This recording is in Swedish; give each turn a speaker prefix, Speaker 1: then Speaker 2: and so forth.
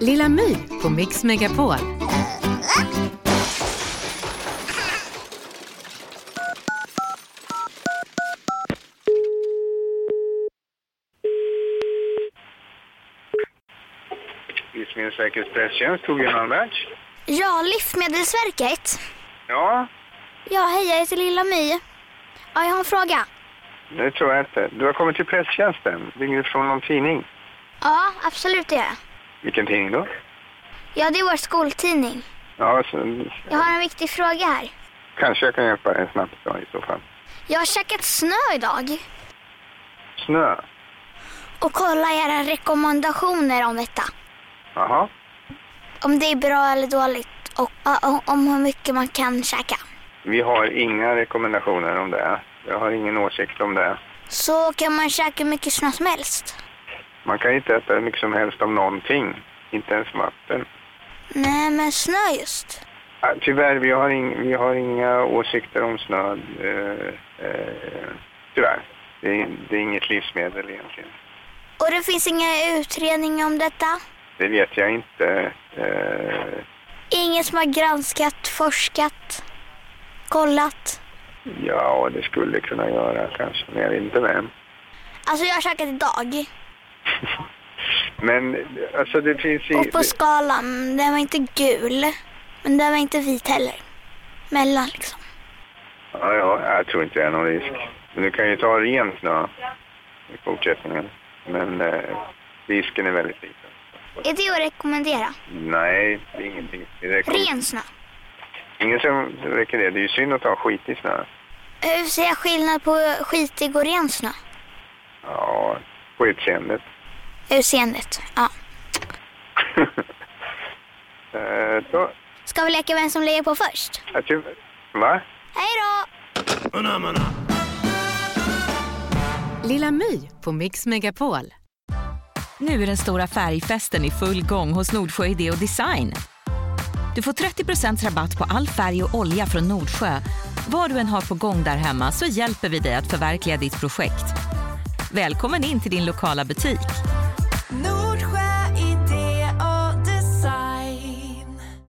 Speaker 1: Lilla My på Mix Megapol.
Speaker 2: Livsmedelsverkets presstjänst, Torbjörn Almertz.
Speaker 3: Ja, Livsmedelsverket.
Speaker 2: Ja,
Speaker 3: Ja, hej, jag heter Lilla My. Ja, jag har en fråga.
Speaker 2: det tror jag inte. Du har kommit till presstjänsten. Ringer du från någon tidning?
Speaker 3: Ja, absolut det gör jag.
Speaker 2: Vilken tidning då?
Speaker 3: Ja, det är vår skoltidning.
Speaker 2: Ja, så,
Speaker 3: Jag har en viktig fråga här.
Speaker 2: kanske jag kan hjälpa dig snabbt då, i så fall.
Speaker 3: Jag har käkat snö idag
Speaker 2: Snö?
Speaker 3: och kolla era rekommendationer om detta.
Speaker 2: Jaha.
Speaker 3: Om det är bra eller dåligt och ja, och om hur mycket man kan käka.
Speaker 2: Vi har inga rekommendationer om det. Jag har ingen åsikt om det.
Speaker 3: Så kan man käka hur mycket snö som helst.
Speaker 2: Man kan inte äta hur mycket som helst av någonting. Inte ens vatten.
Speaker 3: Nej, men snö just.
Speaker 2: Ja, Tyvärr, vi har, ing, vi har inga åsikter om snö. Eh, eh, tyvärr. Det är, det är inget livsmedel egentligen.
Speaker 3: Och det finns inga utredningar om detta.
Speaker 2: Det vet jag inte. Eh,
Speaker 3: Ingen som har granskat, forskat, kollat.
Speaker 2: ja, det skulle kunna göra kanske, men jag vet inte vem.
Speaker 3: Alltså jag har käkat idag.
Speaker 2: Men alltså det finns i,
Speaker 3: Och på skalan, den var inte gul. Men den var inte vit heller. Mellan liksom.
Speaker 2: ja, ja, Jag tror inte det är någon risk. Men du kan ju ta ren snö i fortsättningen. Men eh, risken är väldigt liten.
Speaker 3: Är det att rekommendera?
Speaker 2: Nej, det är ingenting. Det rekommenderar-
Speaker 3: Ren snö.
Speaker 2: Ingen som rekommenderar. Det är ju synd att ta skitig snö.
Speaker 3: Hur ser jag skillnad på skitig och ren snö?
Speaker 2: Ja, på utseendet.
Speaker 3: Utseendet, ja.
Speaker 2: eh, då,
Speaker 3: Ska vi leka vem som lägger på först?
Speaker 2: jag tror, va?
Speaker 3: Hej då!
Speaker 1: Lilla My på Mix Megapol.
Speaker 4: Nu är den stora färgfesten i full gång hos Nordsjö Idé och Design. Du får 30 rabatt på all färg och olja från Nordsjö. Vad du än har på gång där hemma så hjälper vi dig att förverkliga ditt projekt. Välkommen in till din lokala butik.